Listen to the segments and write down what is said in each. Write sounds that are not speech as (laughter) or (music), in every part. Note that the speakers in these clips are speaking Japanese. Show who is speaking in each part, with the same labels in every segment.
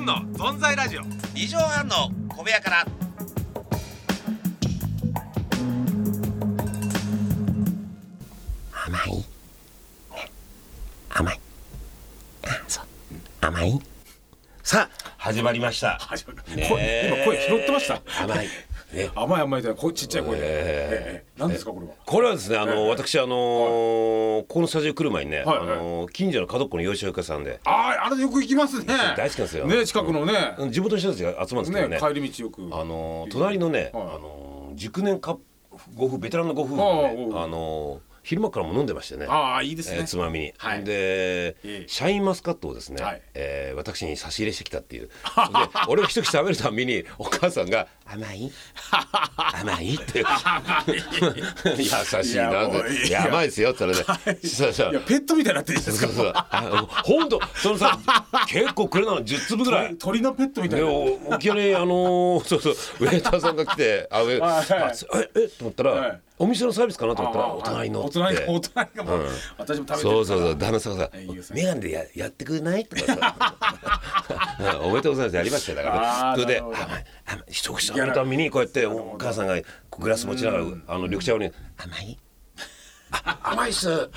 Speaker 1: の存在ラジオ
Speaker 2: 二畳半の小部屋から
Speaker 3: 甘い、ね、甘いあそう甘いさあ始まりました
Speaker 4: 始まる
Speaker 3: ね
Speaker 4: 声今声拾ってました
Speaker 3: 甘い、ね、
Speaker 4: 甘い甘いじゃないこうちっちゃい声で、ええ何ですかこれは
Speaker 3: これはですねあの私あのーここのスタジオ来る前にね、
Speaker 4: はいはい
Speaker 3: あのー近所の角っこの洋食屋さんで
Speaker 4: あああれよく行きますね
Speaker 3: 大好きなんですよ
Speaker 4: ね近くのね
Speaker 3: うん地元の人たちが集まるんですけどね
Speaker 4: ね帰り道よく
Speaker 3: あのー隣のね、
Speaker 4: はい
Speaker 3: あのー熟年かご夫ベテランのご夫婦がね
Speaker 4: ああ
Speaker 3: あのー昼間からも飲んでましてね
Speaker 4: ああいいです
Speaker 3: えー
Speaker 4: ね
Speaker 3: つまみに、
Speaker 4: はい
Speaker 3: で、
Speaker 4: ええ
Speaker 3: シャインマスカットをですね、
Speaker 4: はい
Speaker 3: えー私に差し入れしてきた
Speaker 4: (laughs)
Speaker 3: っていうで俺が一口食べるたんびにお母さんが「甘
Speaker 4: (laughs)
Speaker 3: い甘い」って (laughs) 優しいなっ
Speaker 4: いやもうい
Speaker 3: て「
Speaker 4: や
Speaker 3: いや甘いですよ」って言ったらねそうそう
Speaker 4: いやペットみたいになっ
Speaker 3: (laughs)
Speaker 4: てるじゃない
Speaker 3: そ
Speaker 4: で
Speaker 3: う
Speaker 4: す
Speaker 3: そうあ本当その
Speaker 4: (laughs)
Speaker 3: さ結構くれたの10粒ぐら
Speaker 4: か
Speaker 3: い。
Speaker 4: 鳥のペットみたい
Speaker 3: で
Speaker 4: な
Speaker 3: お沖縄にあのー (laughs) そうそうウェーターさんが来てあウェ
Speaker 4: はいはい
Speaker 3: あすええと思ったら、
Speaker 4: はい
Speaker 3: お店のサービスかなと思った
Speaker 4: あ
Speaker 3: ら
Speaker 4: あ
Speaker 3: お隣の
Speaker 4: お隣の
Speaker 3: っ
Speaker 4: (laughs)
Speaker 3: て
Speaker 4: お隣がもう私も食べてるから
Speaker 3: そうそうそう旦那さんがさ
Speaker 4: いいで
Speaker 3: 「
Speaker 4: す
Speaker 3: 眼
Speaker 4: ね
Speaker 3: 鏡でややってくれない?」とかさ「 (laughs) おめでとうございます」やりましたよだから
Speaker 4: あー
Speaker 3: それで
Speaker 4: なるほど
Speaker 3: あま「あま一口食べるためにこうやってお母さんがグラス持ちながらあの緑茶をね「甘い?あ」甘いっす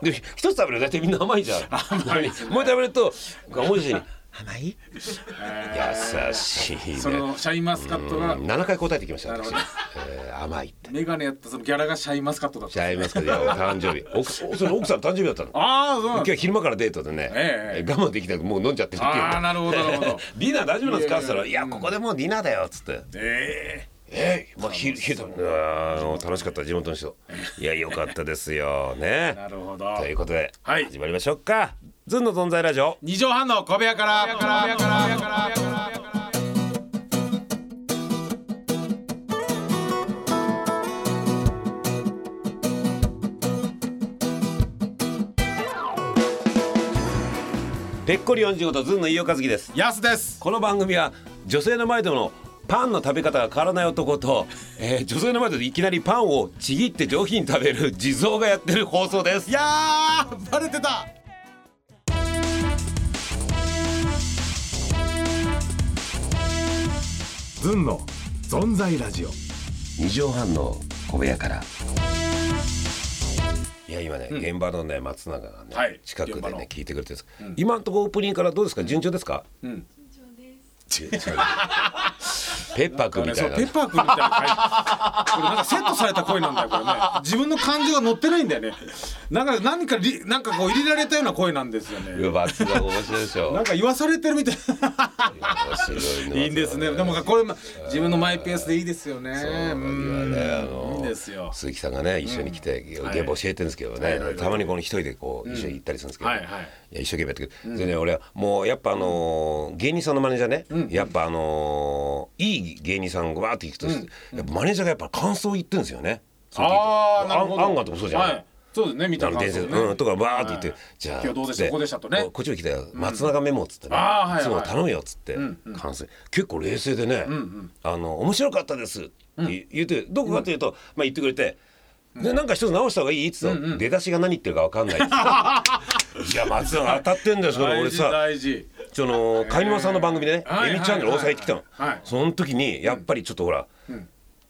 Speaker 3: で一つ食べると大体みんな甘いじゃん甘い、もう一食べるともう一に「甘い?」優しい
Speaker 4: そ
Speaker 3: ね
Speaker 4: のシャインマスカットが
Speaker 3: うん7回答えてきました
Speaker 4: なるほ
Speaker 3: 私
Speaker 4: ど
Speaker 3: えー甘いって
Speaker 4: メガネやったそのギャラがシャインマスカットだっ
Speaker 3: ち
Speaker 4: た
Speaker 3: ゃいますけどいやお誕生日奥それ奥さんの誕生日だったの
Speaker 4: ああそうなん
Speaker 3: 今
Speaker 4: で
Speaker 3: 日昼間からデートでね、
Speaker 4: え
Speaker 3: 我慢できなくもう飲んじゃってる
Speaker 4: すああなるほどなる
Speaker 3: (laughs)
Speaker 4: ほど
Speaker 3: ディナー大丈夫なんですか?」
Speaker 4: い
Speaker 3: っ
Speaker 4: や
Speaker 3: つ
Speaker 4: い
Speaker 3: った
Speaker 4: や
Speaker 3: ら「いやここでもうディナーだよ」っつって
Speaker 4: え
Speaker 3: 「えいまあ昼昼だもんねあーもう楽しかった地元の人いやよかったですよね
Speaker 4: えなるほど
Speaker 3: ということで、
Speaker 4: はい
Speaker 3: 始まりましょうか「ずんの存在ラジオ
Speaker 4: 二畳半の小部屋から
Speaker 3: ぺっこり45とずんの飯尾和樹です
Speaker 4: ヤスです
Speaker 3: この番組は女性の前でのパンの食べ方が変わらない男と、えー女性の前でいきなりパンをちぎって上品に食べる地蔵がやってる放送です
Speaker 4: いやーバレてた
Speaker 1: ずんの存在ラジオ
Speaker 3: 二畳半の小部屋から。いや今ね、現場のね松永がね、
Speaker 4: はい
Speaker 3: 近くで
Speaker 4: 現場の
Speaker 3: ね聞いてくれてるんです、今のところオープニングからどうですか順調ですか、ペッパーくんみた
Speaker 4: そ
Speaker 3: いうな、
Speaker 4: ペッパーくんみたいな声これなんかセットされた声なんだよこれね自分の感情が乗ってないんだよねなんか何かりなんかこう入れられたような声なんですよ
Speaker 3: い
Speaker 4: ね
Speaker 3: や松永面白いでしょ
Speaker 4: なんか言わされてるみたい
Speaker 3: 面白い
Speaker 4: な
Speaker 3: ね
Speaker 4: いいんですねでもこれ自分のマイペースでいいですよね
Speaker 3: そう
Speaker 4: う
Speaker 3: い
Speaker 4: ん
Speaker 3: やねあの
Speaker 4: いいんですよ
Speaker 3: 鈴木さんがね一緒に来て、
Speaker 4: はい
Speaker 3: 現場教えてるんですけどね、
Speaker 4: はいはいはい
Speaker 3: たまにこの一人でこう一緒に行ったりするんですけど、
Speaker 4: はいはい
Speaker 3: や一生懸命やってくる、それでね俺はもうやっぱあのー芸人さんのマネージャーね、やっぱあのーいい芸人さんがわーって行くと、やっぱマネージャーがやっぱ感想言ってるんですよね。それ聞いて
Speaker 4: ああなるほど
Speaker 3: アンガーとかもそうじゃない、
Speaker 4: はいそうですね見た
Speaker 3: あの伝説、うんとかわーって言って、じゃあ
Speaker 4: 今日どうでし
Speaker 3: つっ
Speaker 4: た
Speaker 3: て
Speaker 4: こうでしたとね
Speaker 3: ここっちに来たよ松永メモっつってね、
Speaker 4: あーはいはい
Speaker 3: つも頼むよっつって、完成結構冷静でね、あの面白かったですって言って、どこかというと、まあ言ってくれて。でなんか一つ直した方がいいっつったの出だしが何言ってるかわかんないっつ
Speaker 4: (laughs)
Speaker 3: っていや松永当たってんだよそれ
Speaker 4: 大
Speaker 3: 俺
Speaker 4: 事
Speaker 3: さ
Speaker 4: 大事
Speaker 3: その貝沼さんの番組でね
Speaker 4: はい
Speaker 3: エミチャンネル大阪行ってきたの
Speaker 4: はいはい
Speaker 3: その時にやっぱりちょっとほら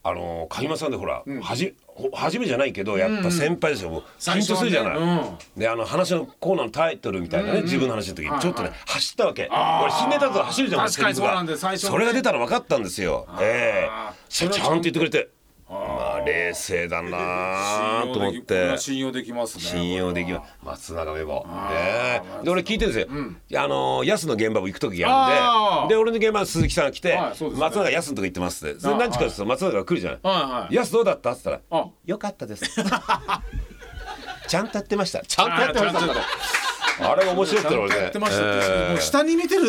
Speaker 3: あの貝沼さんでほらはじほ初めじゃないけどやっぱ先輩ですよもう緊張するじゃな
Speaker 4: 最初はね
Speaker 3: いであの話のコーナーのタイトルみたいなね自分の話の時にちょっとね走ったわけ俺新ネタだと走るじゃん
Speaker 4: 確かにそうなんだよ最初はね
Speaker 3: それが出たら分かったんですよええちゃんと言ってくれてまあ冷静だなと思っ
Speaker 4: 信用できこ
Speaker 3: て
Speaker 4: れは信用できますね
Speaker 3: 信用できます松永メモねえで俺聞いてるんですよ、あの安の現場も行く時あるん
Speaker 4: あー
Speaker 3: でで俺の現場の鈴木さんが来て、
Speaker 4: はいそうですね
Speaker 3: 松永安のとこ行ってますってで
Speaker 4: あ
Speaker 3: 何時かですと松永が来るじゃない、
Speaker 4: はいはい
Speaker 3: 安どうだった?」って言ったら
Speaker 4: あ
Speaker 3: 「よかったです」ちゃんとやってましたちゃんとやってました
Speaker 4: あーちゃんと
Speaker 3: あれが面白いって俺ね
Speaker 4: やってましたって、
Speaker 3: えー
Speaker 4: もう下に見てる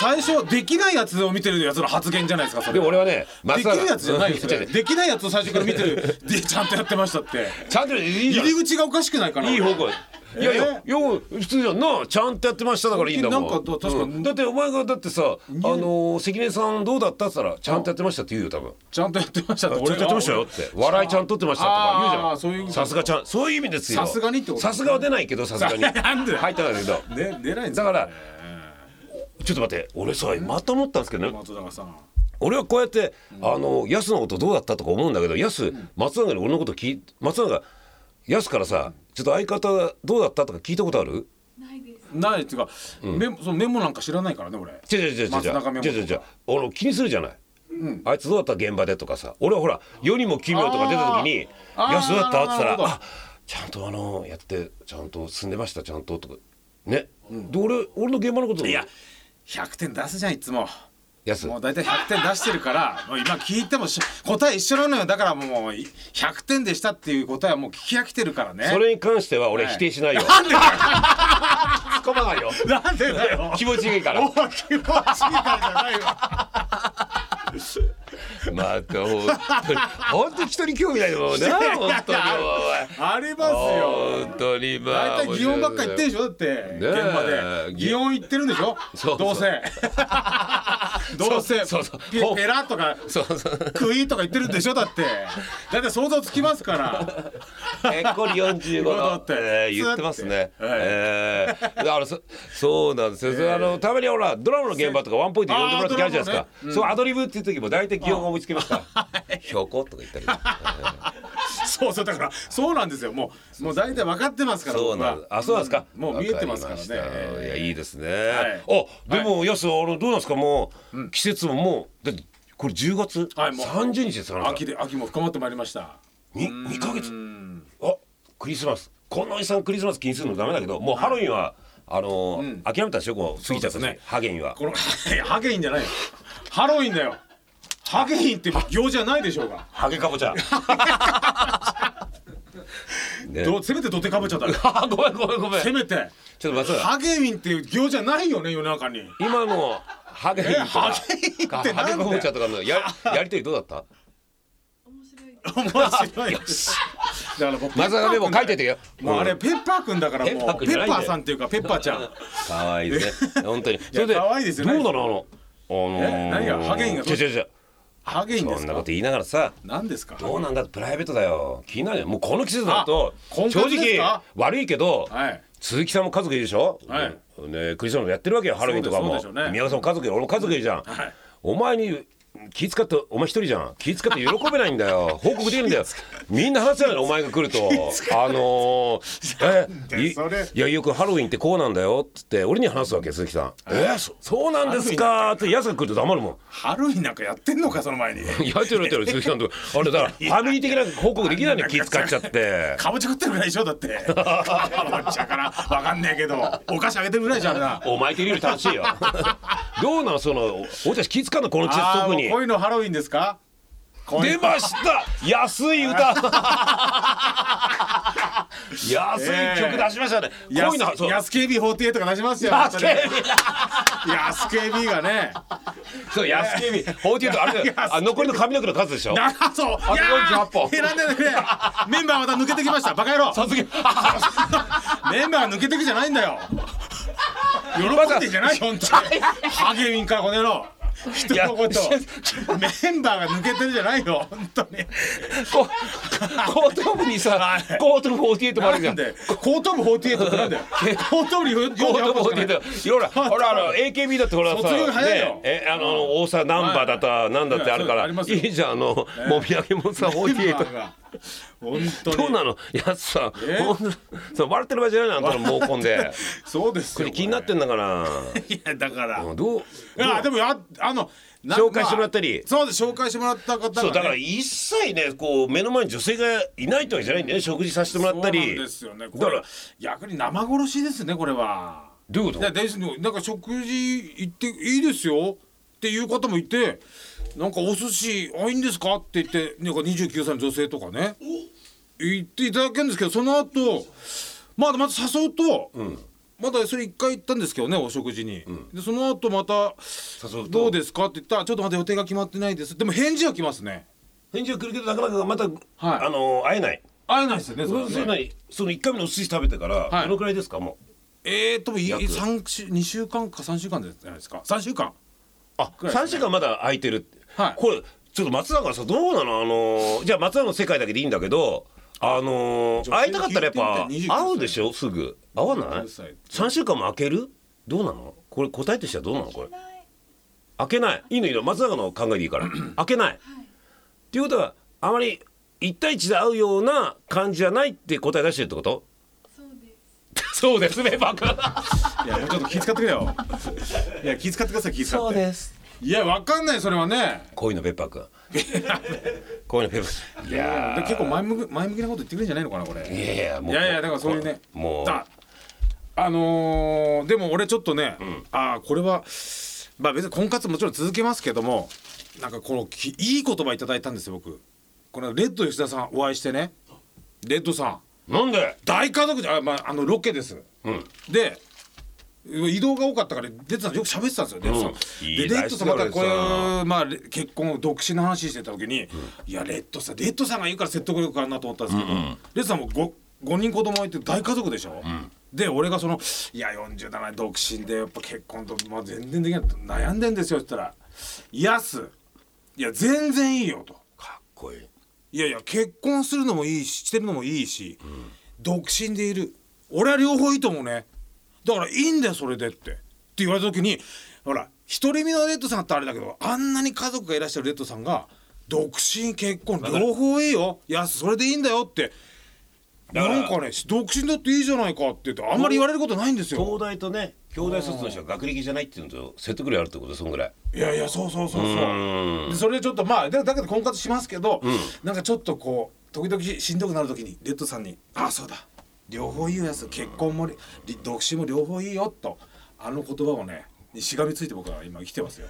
Speaker 4: 最初できないやつを見てるやつの発言じゃないですかそれ
Speaker 3: でも俺はね
Speaker 4: で
Speaker 3: 松
Speaker 4: き
Speaker 3: 永
Speaker 4: るやつじゃないよ
Speaker 3: (laughs)
Speaker 4: そ
Speaker 3: 違う違
Speaker 4: れ
Speaker 3: う
Speaker 4: できないやつを最初から見てるでちゃんとやってましたって
Speaker 3: ちゃんといいじゃ
Speaker 4: 入
Speaker 3: ん
Speaker 4: り口がおかしくないかない
Speaker 3: い方向いやいや、
Speaker 4: え
Speaker 3: よく普通じゃんなちゃんとやってましただからいいんだもん
Speaker 4: なんか確かに
Speaker 3: うんだってお前がだってさ、あのー関根さんどうだったって言ったらちゃんとやってましたって言うよ多分
Speaker 4: ちゃんとやってましたって
Speaker 3: ちゃんとやってましたよって笑いちゃんとってましたと
Speaker 4: あ
Speaker 3: か
Speaker 4: ーそ
Speaker 3: 言
Speaker 4: う
Speaker 3: う
Speaker 4: いう
Speaker 3: じ
Speaker 4: こ
Speaker 3: ゃんさ
Speaker 4: と
Speaker 3: すがちゃんそういう意味ですよ
Speaker 4: さすがにってこと (laughs)
Speaker 3: さすがは出ないけどさすがに
Speaker 4: さなんで
Speaker 3: 入ったんだけど
Speaker 4: ね出ないんです
Speaker 3: だ
Speaker 4: よ
Speaker 3: からちょっと待って俺さまた思ったんですけどね
Speaker 4: 松永さん
Speaker 3: 俺はこうやって、あのヤスのことどうだったとか思うんだけどヤス、松永に俺のこと聞い松永ヤスからさちょっと相方どうだったとか聞いたことある
Speaker 5: ないです。
Speaker 4: ないっていうか、メモそのメモなんか知らないからね俺
Speaker 3: 違う違う違う違う
Speaker 4: 松中メモ
Speaker 3: 違う違う違う俺気にするじゃない、あいつどうだった現場でとかさ俺はほら「世にも奇妙」とか出た時に「
Speaker 4: あー
Speaker 3: ヤスどうだった?」って言った
Speaker 4: な
Speaker 3: ら
Speaker 4: る
Speaker 3: 「
Speaker 4: ほど
Speaker 3: あちゃんとあのやってちゃんと進んでましたちゃんと」とかね、で俺俺の現場のこと
Speaker 4: いや100点出すじゃんいつも
Speaker 3: ヤス
Speaker 4: もう大体100点出してるからもう今聞いてもし答え一緒なのよだからもうい100点でしたっていう答えはもう聞き飽きてるからね
Speaker 3: それに関しては俺
Speaker 4: はい
Speaker 3: 否定しないよ、
Speaker 4: なんでだよ
Speaker 3: 突っ込まない (laughs) よ
Speaker 4: なんでだよ
Speaker 3: 気持ちいいから
Speaker 4: お気持ちいいからじゃないわ
Speaker 3: また本当に本当に人に興味ないのもんね本当に
Speaker 4: あります
Speaker 3: おい
Speaker 4: よ
Speaker 3: 本当にまあ
Speaker 4: 大体擬音ばっか言ってんでしょだって、現場で擬音言ってるんでしょ
Speaker 3: そうそう
Speaker 4: ど
Speaker 3: (laughs)
Speaker 4: うせどうせ
Speaker 3: そうそう
Speaker 4: ペペラとか
Speaker 3: そうそう
Speaker 4: クイーとか言ってるんでしょだってだって想像つきますから
Speaker 3: 結構四十五
Speaker 4: 45
Speaker 3: 度
Speaker 4: って
Speaker 3: (laughs) えー言ってますね。
Speaker 4: はい
Speaker 3: ええだからそそうなんですよ。それあのたまにほらドラマの現場とかワンポイント呼んでもらう時あるじゃないです
Speaker 4: あ
Speaker 3: か。そうアドリブっていう時も大体擬音が思いつきます (laughs) から。ひょことか言ったり。
Speaker 4: そうそうだからそうなんですよもうもう大体分かってますから
Speaker 3: そうなんです。あそうなんですか。
Speaker 4: うんもう見えてますからね
Speaker 3: わりましたいやいいですね。
Speaker 4: はい
Speaker 3: あでもやすあのどうなんですかもう季節ももうだってこれ10月
Speaker 4: はいもう
Speaker 3: 30日ですから。
Speaker 4: 秋で秋も深まってまいりました
Speaker 3: に二ヶ月あクリスマスこのおじさんクリスマス気にするのダメだけどもうハロウィンはあのー諦めたでしょこう過ぎちゃった
Speaker 4: そうですね
Speaker 3: ハゲンは
Speaker 4: この (laughs) いやハゲインじゃないよハロウィンだよハゲインって行事じゃないでしょうが
Speaker 3: ハゲかぼちゃね
Speaker 4: どせめて土手かぶっちゃっ
Speaker 3: (laughs)
Speaker 4: たよ
Speaker 3: あ (laughs) ごめんごめんごめん
Speaker 4: せめて
Speaker 3: ちょっと松永
Speaker 4: ハゲインっていう行事じゃないよね世の中
Speaker 3: (laughs)
Speaker 4: に
Speaker 3: 今のハゲンとか
Speaker 4: えハゲンってなんだよ
Speaker 3: ハゲかぼちゃとかのややりとりどうだ
Speaker 4: (laughs)
Speaker 3: った
Speaker 5: 面白いです。
Speaker 4: 面白いよだから僕
Speaker 3: 松永メモ書いててよ
Speaker 4: もうあれペッパーくんだからもう
Speaker 3: ペ
Speaker 4: ペ
Speaker 3: ッパーくんじゃない
Speaker 4: ッ
Speaker 3: んだ
Speaker 4: パ
Speaker 3: よ
Speaker 4: ーさんっていうかペッパーちゃん
Speaker 3: かわいい
Speaker 4: (laughs)
Speaker 3: ですね本当にそれで
Speaker 4: 可愛いですよね
Speaker 3: どうなのあのあの
Speaker 4: え何がハゲンが
Speaker 3: 違う違う違う
Speaker 4: ハゲインで
Speaker 3: そ
Speaker 4: す
Speaker 3: んなこ
Speaker 4: か
Speaker 3: と言いながらさ
Speaker 4: 何ですか
Speaker 3: どうなんだプライベートだよ気になるよもうこの季節だと
Speaker 4: あ婚
Speaker 3: 正
Speaker 4: 活で
Speaker 3: 直
Speaker 4: すか
Speaker 3: 悪いけど、
Speaker 4: はい
Speaker 3: 鈴木さんも家族いるでしょ、
Speaker 4: はい
Speaker 3: ね、クリスマスもやってるわけよハロウィンとか
Speaker 4: そう
Speaker 3: も、
Speaker 4: でしょうね
Speaker 3: 宮川さんも家族いる俺も家族いるじゃん、
Speaker 4: はい
Speaker 3: お前に気使ってお前一人じゃん気使って喜べないんだ (laughs) よ報告できるんだよみんな話せないのお前が来るとあのー、えい
Speaker 4: それ
Speaker 3: いやよくハロウィンってこうなんだよっつって俺に話すわけ鈴木さん「えー、そそうなんですか」ってやつが来ると黙るもん
Speaker 4: ハロウィンなんかやってんのかその
Speaker 3: (laughs)
Speaker 4: 前に
Speaker 3: やってるやってる鈴木さんとあれだからファミリー的な報告できないの気使っちゃって
Speaker 4: かぼちゃ食ってるぐらいでしょだってかぼちゃからわかんねえけどお菓子あげてるぐらいじゃんな
Speaker 3: (laughs) お前といるより楽しい (laughs) よどうなのその俺たち気使うのこの季節
Speaker 4: あー
Speaker 3: 特
Speaker 4: も
Speaker 3: に
Speaker 4: う恋のハロウィンですか恋
Speaker 3: 出ました安い歌安い曲出しましたね、
Speaker 4: や
Speaker 3: 恋の
Speaker 4: す
Speaker 3: そう
Speaker 4: 安く AB48 とか出しますよ
Speaker 3: 安警備
Speaker 4: 安く AB がね
Speaker 3: そう安警備ほうというとあれだよあ残りの髪の毛の数でしょ
Speaker 4: だからそういや
Speaker 3: 148本
Speaker 4: ー選んでねメンバーまた抜けてきましたバカ野郎
Speaker 3: 卒業
Speaker 4: メンバー抜けてくじゃないんだよ喜んでんじゃない本当にハゲウィンかこの野郎人のこと
Speaker 3: い
Speaker 4: メンバーが抜けてるじゃないよ本当に
Speaker 3: こ後頭部にさ
Speaker 4: はい
Speaker 3: 後頭部48もあるじ
Speaker 4: な
Speaker 3: ゃ
Speaker 4: ん
Speaker 3: ん
Speaker 4: で後頭部48ってなんだよ後頭部に48
Speaker 3: ゴートボディだ。いろいろ、ほら、あの、AKB だってほらさ、
Speaker 4: 卒業早いよ
Speaker 3: ねえ、あの、大沢ナンバーだった、なんだってあるか
Speaker 4: はい
Speaker 3: ら、
Speaker 4: あ
Speaker 3: い
Speaker 4: りますよ
Speaker 3: いじゃん、あの、もみあげも (laughs) さ、
Speaker 4: メンバ
Speaker 3: 48
Speaker 4: ー。が本当に
Speaker 3: どうなのやつさ
Speaker 4: え、
Speaker 3: ほんとそう笑ってる場合じゃないの、あんたの毛根 (laughs) で。
Speaker 4: そうです
Speaker 3: こ
Speaker 4: よ
Speaker 3: れ気になってんだから。
Speaker 4: いやだから
Speaker 3: どう
Speaker 4: い
Speaker 3: どう
Speaker 4: やでもやあのな
Speaker 3: 紹介してもらったり
Speaker 4: まあそうです紹介してもらった方がね
Speaker 3: そう、だから一切ね、こう、目の前に女性がいないってわけじゃないんだよね、食事させてもらった
Speaker 4: そう
Speaker 3: り。
Speaker 4: なんですよね。
Speaker 3: だ
Speaker 4: こ
Speaker 3: か
Speaker 4: れ
Speaker 3: ら、
Speaker 4: 逆に生殺しですねこれは。
Speaker 3: どういうこ
Speaker 4: い
Speaker 3: と
Speaker 4: や大事になんか食事行っていいですよっていう方もいて、なんかお寿司あいいんですかって言ってなんか29歳の女性とかね言っていただけるんですけどその後まだまた誘うと。まだそれ一回行ったんですけどねお食事に、でその後また
Speaker 3: 誘うと
Speaker 4: どうですかって言ったらちょっとまだ予定が決まってないですでも返事は来ますね
Speaker 3: 返事が来るけど、なかなかまた、あの、会えない。
Speaker 4: 会えないですよね
Speaker 3: そ
Speaker 4: れ
Speaker 3: れ
Speaker 4: はね
Speaker 3: それなりその1回目のお寿司食べてから、
Speaker 4: はい
Speaker 3: どのくらいですか、もう。
Speaker 4: えー、ともい
Speaker 3: 約
Speaker 4: 三週二週間か三週間じゃないですか。三週間。
Speaker 3: あ、
Speaker 4: くらいです
Speaker 3: 三
Speaker 4: ね
Speaker 3: 週間まだ空いてる。
Speaker 4: はい
Speaker 3: これちょっと松永さんどうなのあのーじゃあ松永の世界だけでいいんだけど、あのー
Speaker 4: 女性
Speaker 3: 会いたかったらやっぱ
Speaker 4: 聞いてみたい29
Speaker 3: 会うでしょすぐ会わない
Speaker 4: 29歳？
Speaker 3: 三週間も空ける？どうなのこれ答えとしてはどうなのこれ
Speaker 5: ない
Speaker 3: 開けないいいのいいの松永の考えでいいから開けない、っていうことはあまり一対一で会うような感じじゃないって答え出してるってこと
Speaker 5: そうです
Speaker 3: そうですねバカ
Speaker 4: いやもうちょっと気遣ってくれ (laughs) よいや気遣ってください気遣って
Speaker 3: す
Speaker 4: いやわかんないそれはね
Speaker 3: (laughs) 恋のペッパーく
Speaker 4: (laughs)
Speaker 3: ん恋のペッパー
Speaker 4: いや結構前向き前向きなこと言ってくれるんじゃないのかなこれ
Speaker 3: いやいやもう
Speaker 4: いやいやだからそういうね
Speaker 3: もう
Speaker 4: ああのーでも俺ちょっとね、ああこれはまあ別に婚活もちろん続けますけどもなんかこのきいい言葉いただいたんですよ僕このレッド吉田さんお会いしてねレッドさん
Speaker 3: なんで
Speaker 4: 大家族であ,、まあ、あのロケです、
Speaker 3: うん
Speaker 4: で移動が多かったからレッドさんよく喋ってたんですよ、レッドさん
Speaker 3: うんいい
Speaker 4: でレッドさんま
Speaker 3: 大好きだ
Speaker 4: たこれ
Speaker 3: レッドさ
Speaker 4: まあれ結婚独身の話してた時に、いやレッドさんレッドさんが言うから説得力あるなと思ったんですけど、レッドさんも 5, 5人子供がいて大家族でしょ、で俺がその「いや47独身でやっぱ結婚と、まあ、全然できない悩んでんですよ」って言ったら「いやすいや全然いいよ」と。
Speaker 3: かっこいい
Speaker 4: いやいや結婚するのもいいししてるのもいいし、独身でいる俺は両方いいと思うねだからいいんだよそれでってって言われた時にほら独り身のレッドさんってあれだけどあんなに家族がいらっしゃるレッドさんが独身結婚両方いいよいやそれでいいんだよって
Speaker 3: だから
Speaker 4: なんかね独身だっていいじゃないかって言ってあんまり言われることないんですよ
Speaker 3: 東大とね京大卒の人は学歴じゃないっていうのと説得力あるってことそんぐらい
Speaker 4: いやいやそうそうそうそう
Speaker 3: うん
Speaker 4: でそれでちょっとまあだだけど婚活しますけど、なんかちょっとこう時々しんどくなる時にレッドさんに「ああそうだ両方いいよやつ結婚もりり独身も両方いいよ」とあの言葉をねにしがみついて僕は今生きてますよ。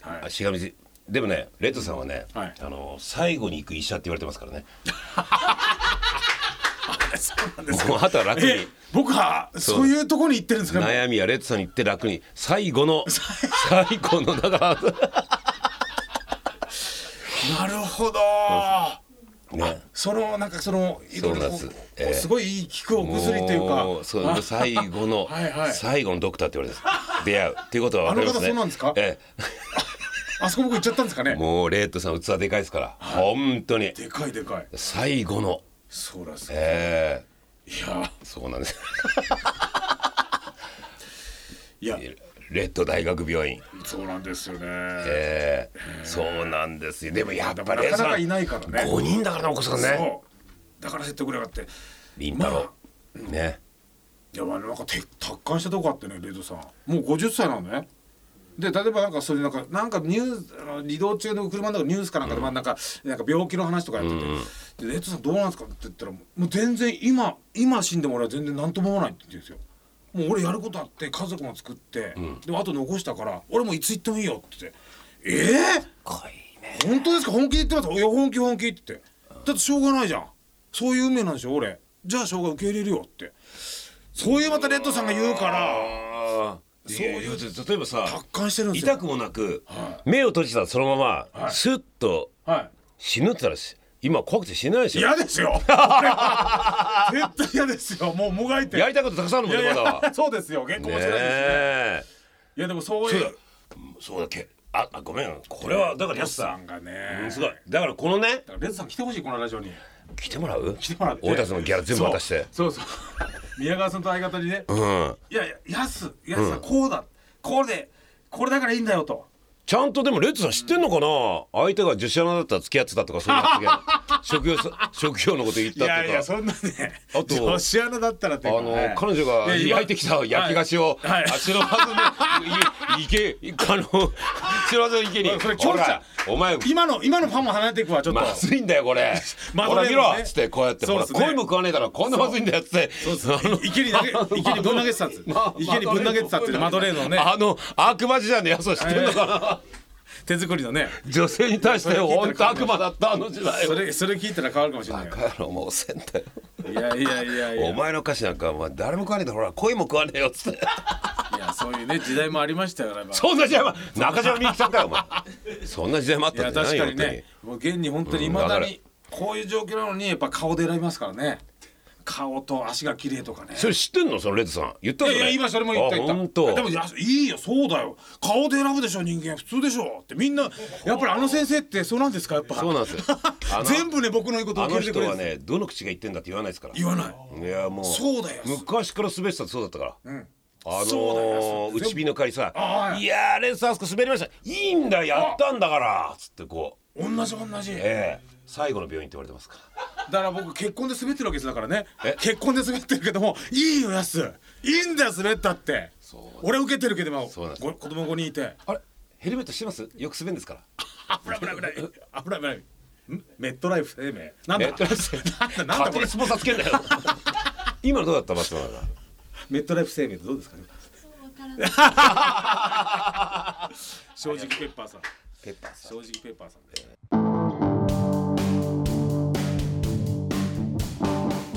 Speaker 4: はい
Speaker 3: あしがみつでもねレッドさんはね、
Speaker 4: はい
Speaker 3: あの最後に行く医者って言われてますからね
Speaker 4: そうなんです
Speaker 3: もう
Speaker 4: か
Speaker 3: あとは楽
Speaker 4: え
Speaker 3: に
Speaker 4: 僕はそういうところに行ってるんですかね
Speaker 3: 悩みはレッドさんに言って楽に最後
Speaker 4: (laughs)
Speaker 3: の最後のだか
Speaker 4: なるほど、
Speaker 3: らね
Speaker 4: そのなんかそのいろいろこ
Speaker 3: そうなんで
Speaker 4: う
Speaker 3: すええ
Speaker 4: すごい効くお薬というか
Speaker 3: もうそう
Speaker 4: (laughs)
Speaker 3: 最後の
Speaker 4: はいはい
Speaker 3: 最後のドクターって言われてます出会うっていうことは分かりますね
Speaker 4: (laughs) あの方そうなんですか
Speaker 3: え
Speaker 4: あそこ僕行っちゃったんですか
Speaker 3: え
Speaker 4: ね
Speaker 3: もうレッドさん器でかいですから、本当に
Speaker 4: でかいでかい
Speaker 3: 最後の
Speaker 4: そうらすい
Speaker 3: え
Speaker 4: や
Speaker 3: えそうなんです
Speaker 4: いや
Speaker 3: レッド大学病院
Speaker 4: そうなんですよね、
Speaker 3: ええそうなんですよでもやっ
Speaker 4: で
Speaker 3: ぱ
Speaker 4: も
Speaker 3: り
Speaker 4: なかなかいないからね
Speaker 3: 5人だからなお子さんね
Speaker 4: そうだから説得力あって
Speaker 3: りんたろーね
Speaker 4: いやまあなんかて達観したとこあってねレイドさんもう50歳なのねで例えばなんかそういうなんかなんかニュースあの移動中の車の中ニュースかなんかで、まあなんかなんか病気の話とかやってて、でレイドさんどうなんですかって言ったらもう全然今今死んでも俺は全然何とも思わないって言うんですよもう俺やることあって家族も作って、でもあと残したから俺もいつ行ってもいいよって言ってええ
Speaker 3: かっこいいね
Speaker 4: 本当ですか本気で言ってますいや本気本気って言ってだってしょうがないじゃんそういう運命なんでしょ俺じゃあしょうが受け入れるよってそういうまたレッドさんが言うから
Speaker 3: ああそういや例えばさ
Speaker 4: 達観してるんですよ
Speaker 3: 痛くもなく、目を閉じたらそのまま、スッと
Speaker 4: は
Speaker 3: 死ぬって言ったらし今怖くて死ねないで
Speaker 4: い
Speaker 3: しょ
Speaker 4: 嫌ですよ (laughs) 俺は絶対嫌ですよもうもがいて
Speaker 3: やりたいことたくさんあるもん
Speaker 4: い
Speaker 3: ね
Speaker 4: や
Speaker 3: ま
Speaker 4: い
Speaker 3: だは
Speaker 4: やそうですよ結構
Speaker 3: ね
Speaker 4: もちろんですね
Speaker 3: え
Speaker 4: いやでもそう
Speaker 3: そ
Speaker 4: いうう
Speaker 3: だそうだけああごめんこれはだからやすさ
Speaker 4: レッドさんがね
Speaker 3: うんすごいだからこのね
Speaker 4: だからレッドさん来てほしいこのラジオに
Speaker 3: 来てもらう
Speaker 4: 来てもらって
Speaker 3: 俺たちのギャラ全部渡して
Speaker 4: そうそうそう宮川さんと相方にね
Speaker 3: うん
Speaker 4: いやいややすやすさんこうだこれでこれだからいいんだよと
Speaker 3: ちゃんとでもレッドさん知ってんのかな、相手が女子アナだったら付き合ってたとかそういう発言
Speaker 4: (laughs)
Speaker 3: 職業さ職業のこと言ったとか
Speaker 4: いやいやそんなね
Speaker 3: あと
Speaker 4: 女子アナだったらって
Speaker 3: あ
Speaker 4: いうか
Speaker 3: の、
Speaker 4: はい
Speaker 3: 彼女が
Speaker 4: いや今
Speaker 3: 焼いてきた焼き菓子を、
Speaker 4: はいはい
Speaker 3: あ白ハズのい池あの白ハズの池に
Speaker 4: それ
Speaker 3: ほ
Speaker 4: 距離感
Speaker 3: らお前
Speaker 4: 今の今のファンも離れていくわちょっと、
Speaker 3: まずいんだよこれ、
Speaker 4: ま
Speaker 3: ほ
Speaker 4: と
Speaker 3: ら
Speaker 4: め
Speaker 3: 見
Speaker 4: るの
Speaker 3: ろ
Speaker 4: ね
Speaker 3: っつってこうやって、
Speaker 4: そ
Speaker 3: ほ
Speaker 4: うっ
Speaker 3: ら
Speaker 4: すね
Speaker 3: 鯉も食わねえだろこんなまずいんだよっつってあの
Speaker 4: 池に投げ池にぶん投げてたっつ
Speaker 3: ま
Speaker 4: 池にぶん投げてたってマドレーヌのね
Speaker 3: あの悪魔時代のやつを知ってんのかな、
Speaker 4: 手作りのね
Speaker 3: 女性に対して
Speaker 4: それ聞
Speaker 3: 本
Speaker 4: いたら
Speaker 3: 当悪魔だったあの時代
Speaker 4: それそれ聞いたら変わるかもしれない
Speaker 3: バカ野郎もうおせんだよ
Speaker 4: いやいやいやいや
Speaker 3: お前の歌詞なんかお前誰も食わねえだろほら恋も食わねえよっつって (laughs)
Speaker 4: いやそういうね時代もありましたよね、まあ
Speaker 3: そんな時代も中島みゆきさんかよ (laughs) お前そんな時代もあっ
Speaker 4: い
Speaker 3: た
Speaker 4: や
Speaker 3: んじゃな
Speaker 4: 確
Speaker 3: い
Speaker 4: か
Speaker 3: よ
Speaker 4: にねもう現に本当にいまだ
Speaker 3: うんわか
Speaker 4: に
Speaker 3: る
Speaker 4: こういう状況なのにやっぱ顔で選びますからね顔と足が綺麗とかね
Speaker 3: それ知ってんのそのレッドさん言った
Speaker 4: い
Speaker 3: の
Speaker 4: やいや今それも言った言った
Speaker 3: あ本当
Speaker 4: でもいやいいよそうだよ顔で選ぶでしょ人間普通でしょってみんなやっぱりあの先生ってそうなんですかやっぱ (laughs)
Speaker 3: そうなんですよ (laughs) あの
Speaker 4: 全部ね僕の言うことを
Speaker 3: あ
Speaker 4: 受
Speaker 3: の
Speaker 4: け入れてく
Speaker 3: 人
Speaker 4: れ
Speaker 3: は
Speaker 4: るんです
Speaker 3: ねどの口が言ってんだって言わないですから
Speaker 4: 言わない
Speaker 3: いやもう
Speaker 4: そうだよ
Speaker 3: 昔から滑ってたってそうだったから、
Speaker 4: ん
Speaker 3: あ
Speaker 4: そ
Speaker 3: のー、
Speaker 4: う
Speaker 3: 内火の代わりさ
Speaker 4: あ
Speaker 3: 「いやーレンスあそこ滑りましたいいんだやったんだから」つってこう
Speaker 4: 同じ同じ、
Speaker 3: ええ最後の病院って言われてますから。
Speaker 4: だから僕結婚で滑ってるわけですだからね
Speaker 3: え
Speaker 4: 結婚で滑ってるけどもいいよやすいいんだよ滑ったって
Speaker 3: そう
Speaker 4: 俺受けてるけども
Speaker 3: そうなんです
Speaker 4: ご子供5人い
Speaker 3: (laughs)
Speaker 4: て
Speaker 3: あれヘルメットしてますよく滑るんですから
Speaker 4: 危ない危ない危ない危ない危ないんメットライフ生命なんだ
Speaker 3: メットライフ生命
Speaker 4: (laughs) なんだなん
Speaker 3: 勝
Speaker 4: だこ
Speaker 3: 手
Speaker 4: れ
Speaker 3: にスポンサーつけんなよ (laughs) 今のどうだった松村が
Speaker 4: メットライフ生命ってどうですかね
Speaker 5: そうわからない。
Speaker 3: (laughs)
Speaker 4: 正直ペッパーさん
Speaker 3: ペッパーさん
Speaker 4: 正直ペッパーさんで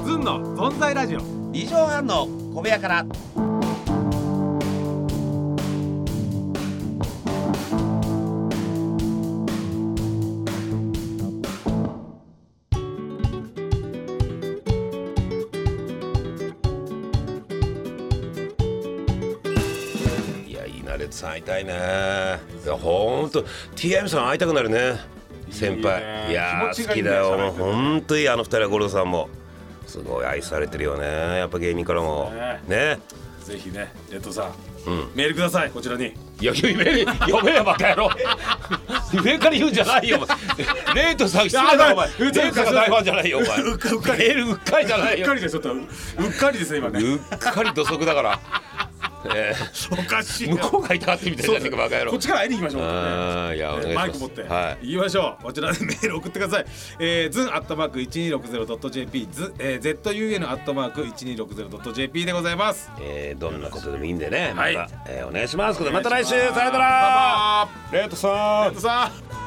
Speaker 1: ずんの存在ラジオ
Speaker 2: 異常反応小部屋から
Speaker 3: いやいいなレッドさん会いたいねいやほんと TM さん会いたくなるね先
Speaker 4: いい
Speaker 3: 輩
Speaker 4: ね
Speaker 3: いや
Speaker 4: 気持
Speaker 3: ー好
Speaker 4: ちがい
Speaker 3: き
Speaker 4: いね
Speaker 3: だ
Speaker 4: 喋
Speaker 3: よ
Speaker 4: ってて
Speaker 3: ほんといいあの二人は五郎さんもすごい愛されてるよねやっぱ芸人からもね
Speaker 4: ぜひねレッドさん、メールくださいこちらに
Speaker 3: いや夢読めよバカ (laughs) 野郎上から言うんじゃないよお前レイトさん失礼だろお前
Speaker 4: やば
Speaker 3: レ
Speaker 4: い
Speaker 3: イトさんが大ファンじゃないよお前
Speaker 4: うっかうっかり
Speaker 3: メールうっかりじゃないう
Speaker 4: っ
Speaker 3: よ
Speaker 4: かりですちょっとうっかりですね今ね
Speaker 3: うっかり土足だ (laughs) から、え
Speaker 4: おかし
Speaker 3: ー
Speaker 4: いよ
Speaker 3: 向こうがいたがってみたいじゃねえかバカ野
Speaker 4: こ
Speaker 3: 郎
Speaker 4: っちから会いに行きましょう
Speaker 3: あーいやお願いします
Speaker 4: マイク持って、
Speaker 3: は
Speaker 4: 言いましょうこちらでメール送ってくださいえー、ズンアットマーク 1260.jp ズ、えー、ZUN アットマーク 1260.jp でございます
Speaker 3: えー、どんなことでもいいんでねまた、
Speaker 4: はい
Speaker 3: えーお願いしますまた来週さよな
Speaker 4: バイ
Speaker 3: ら
Speaker 4: バイ
Speaker 3: レイトさん
Speaker 4: さあ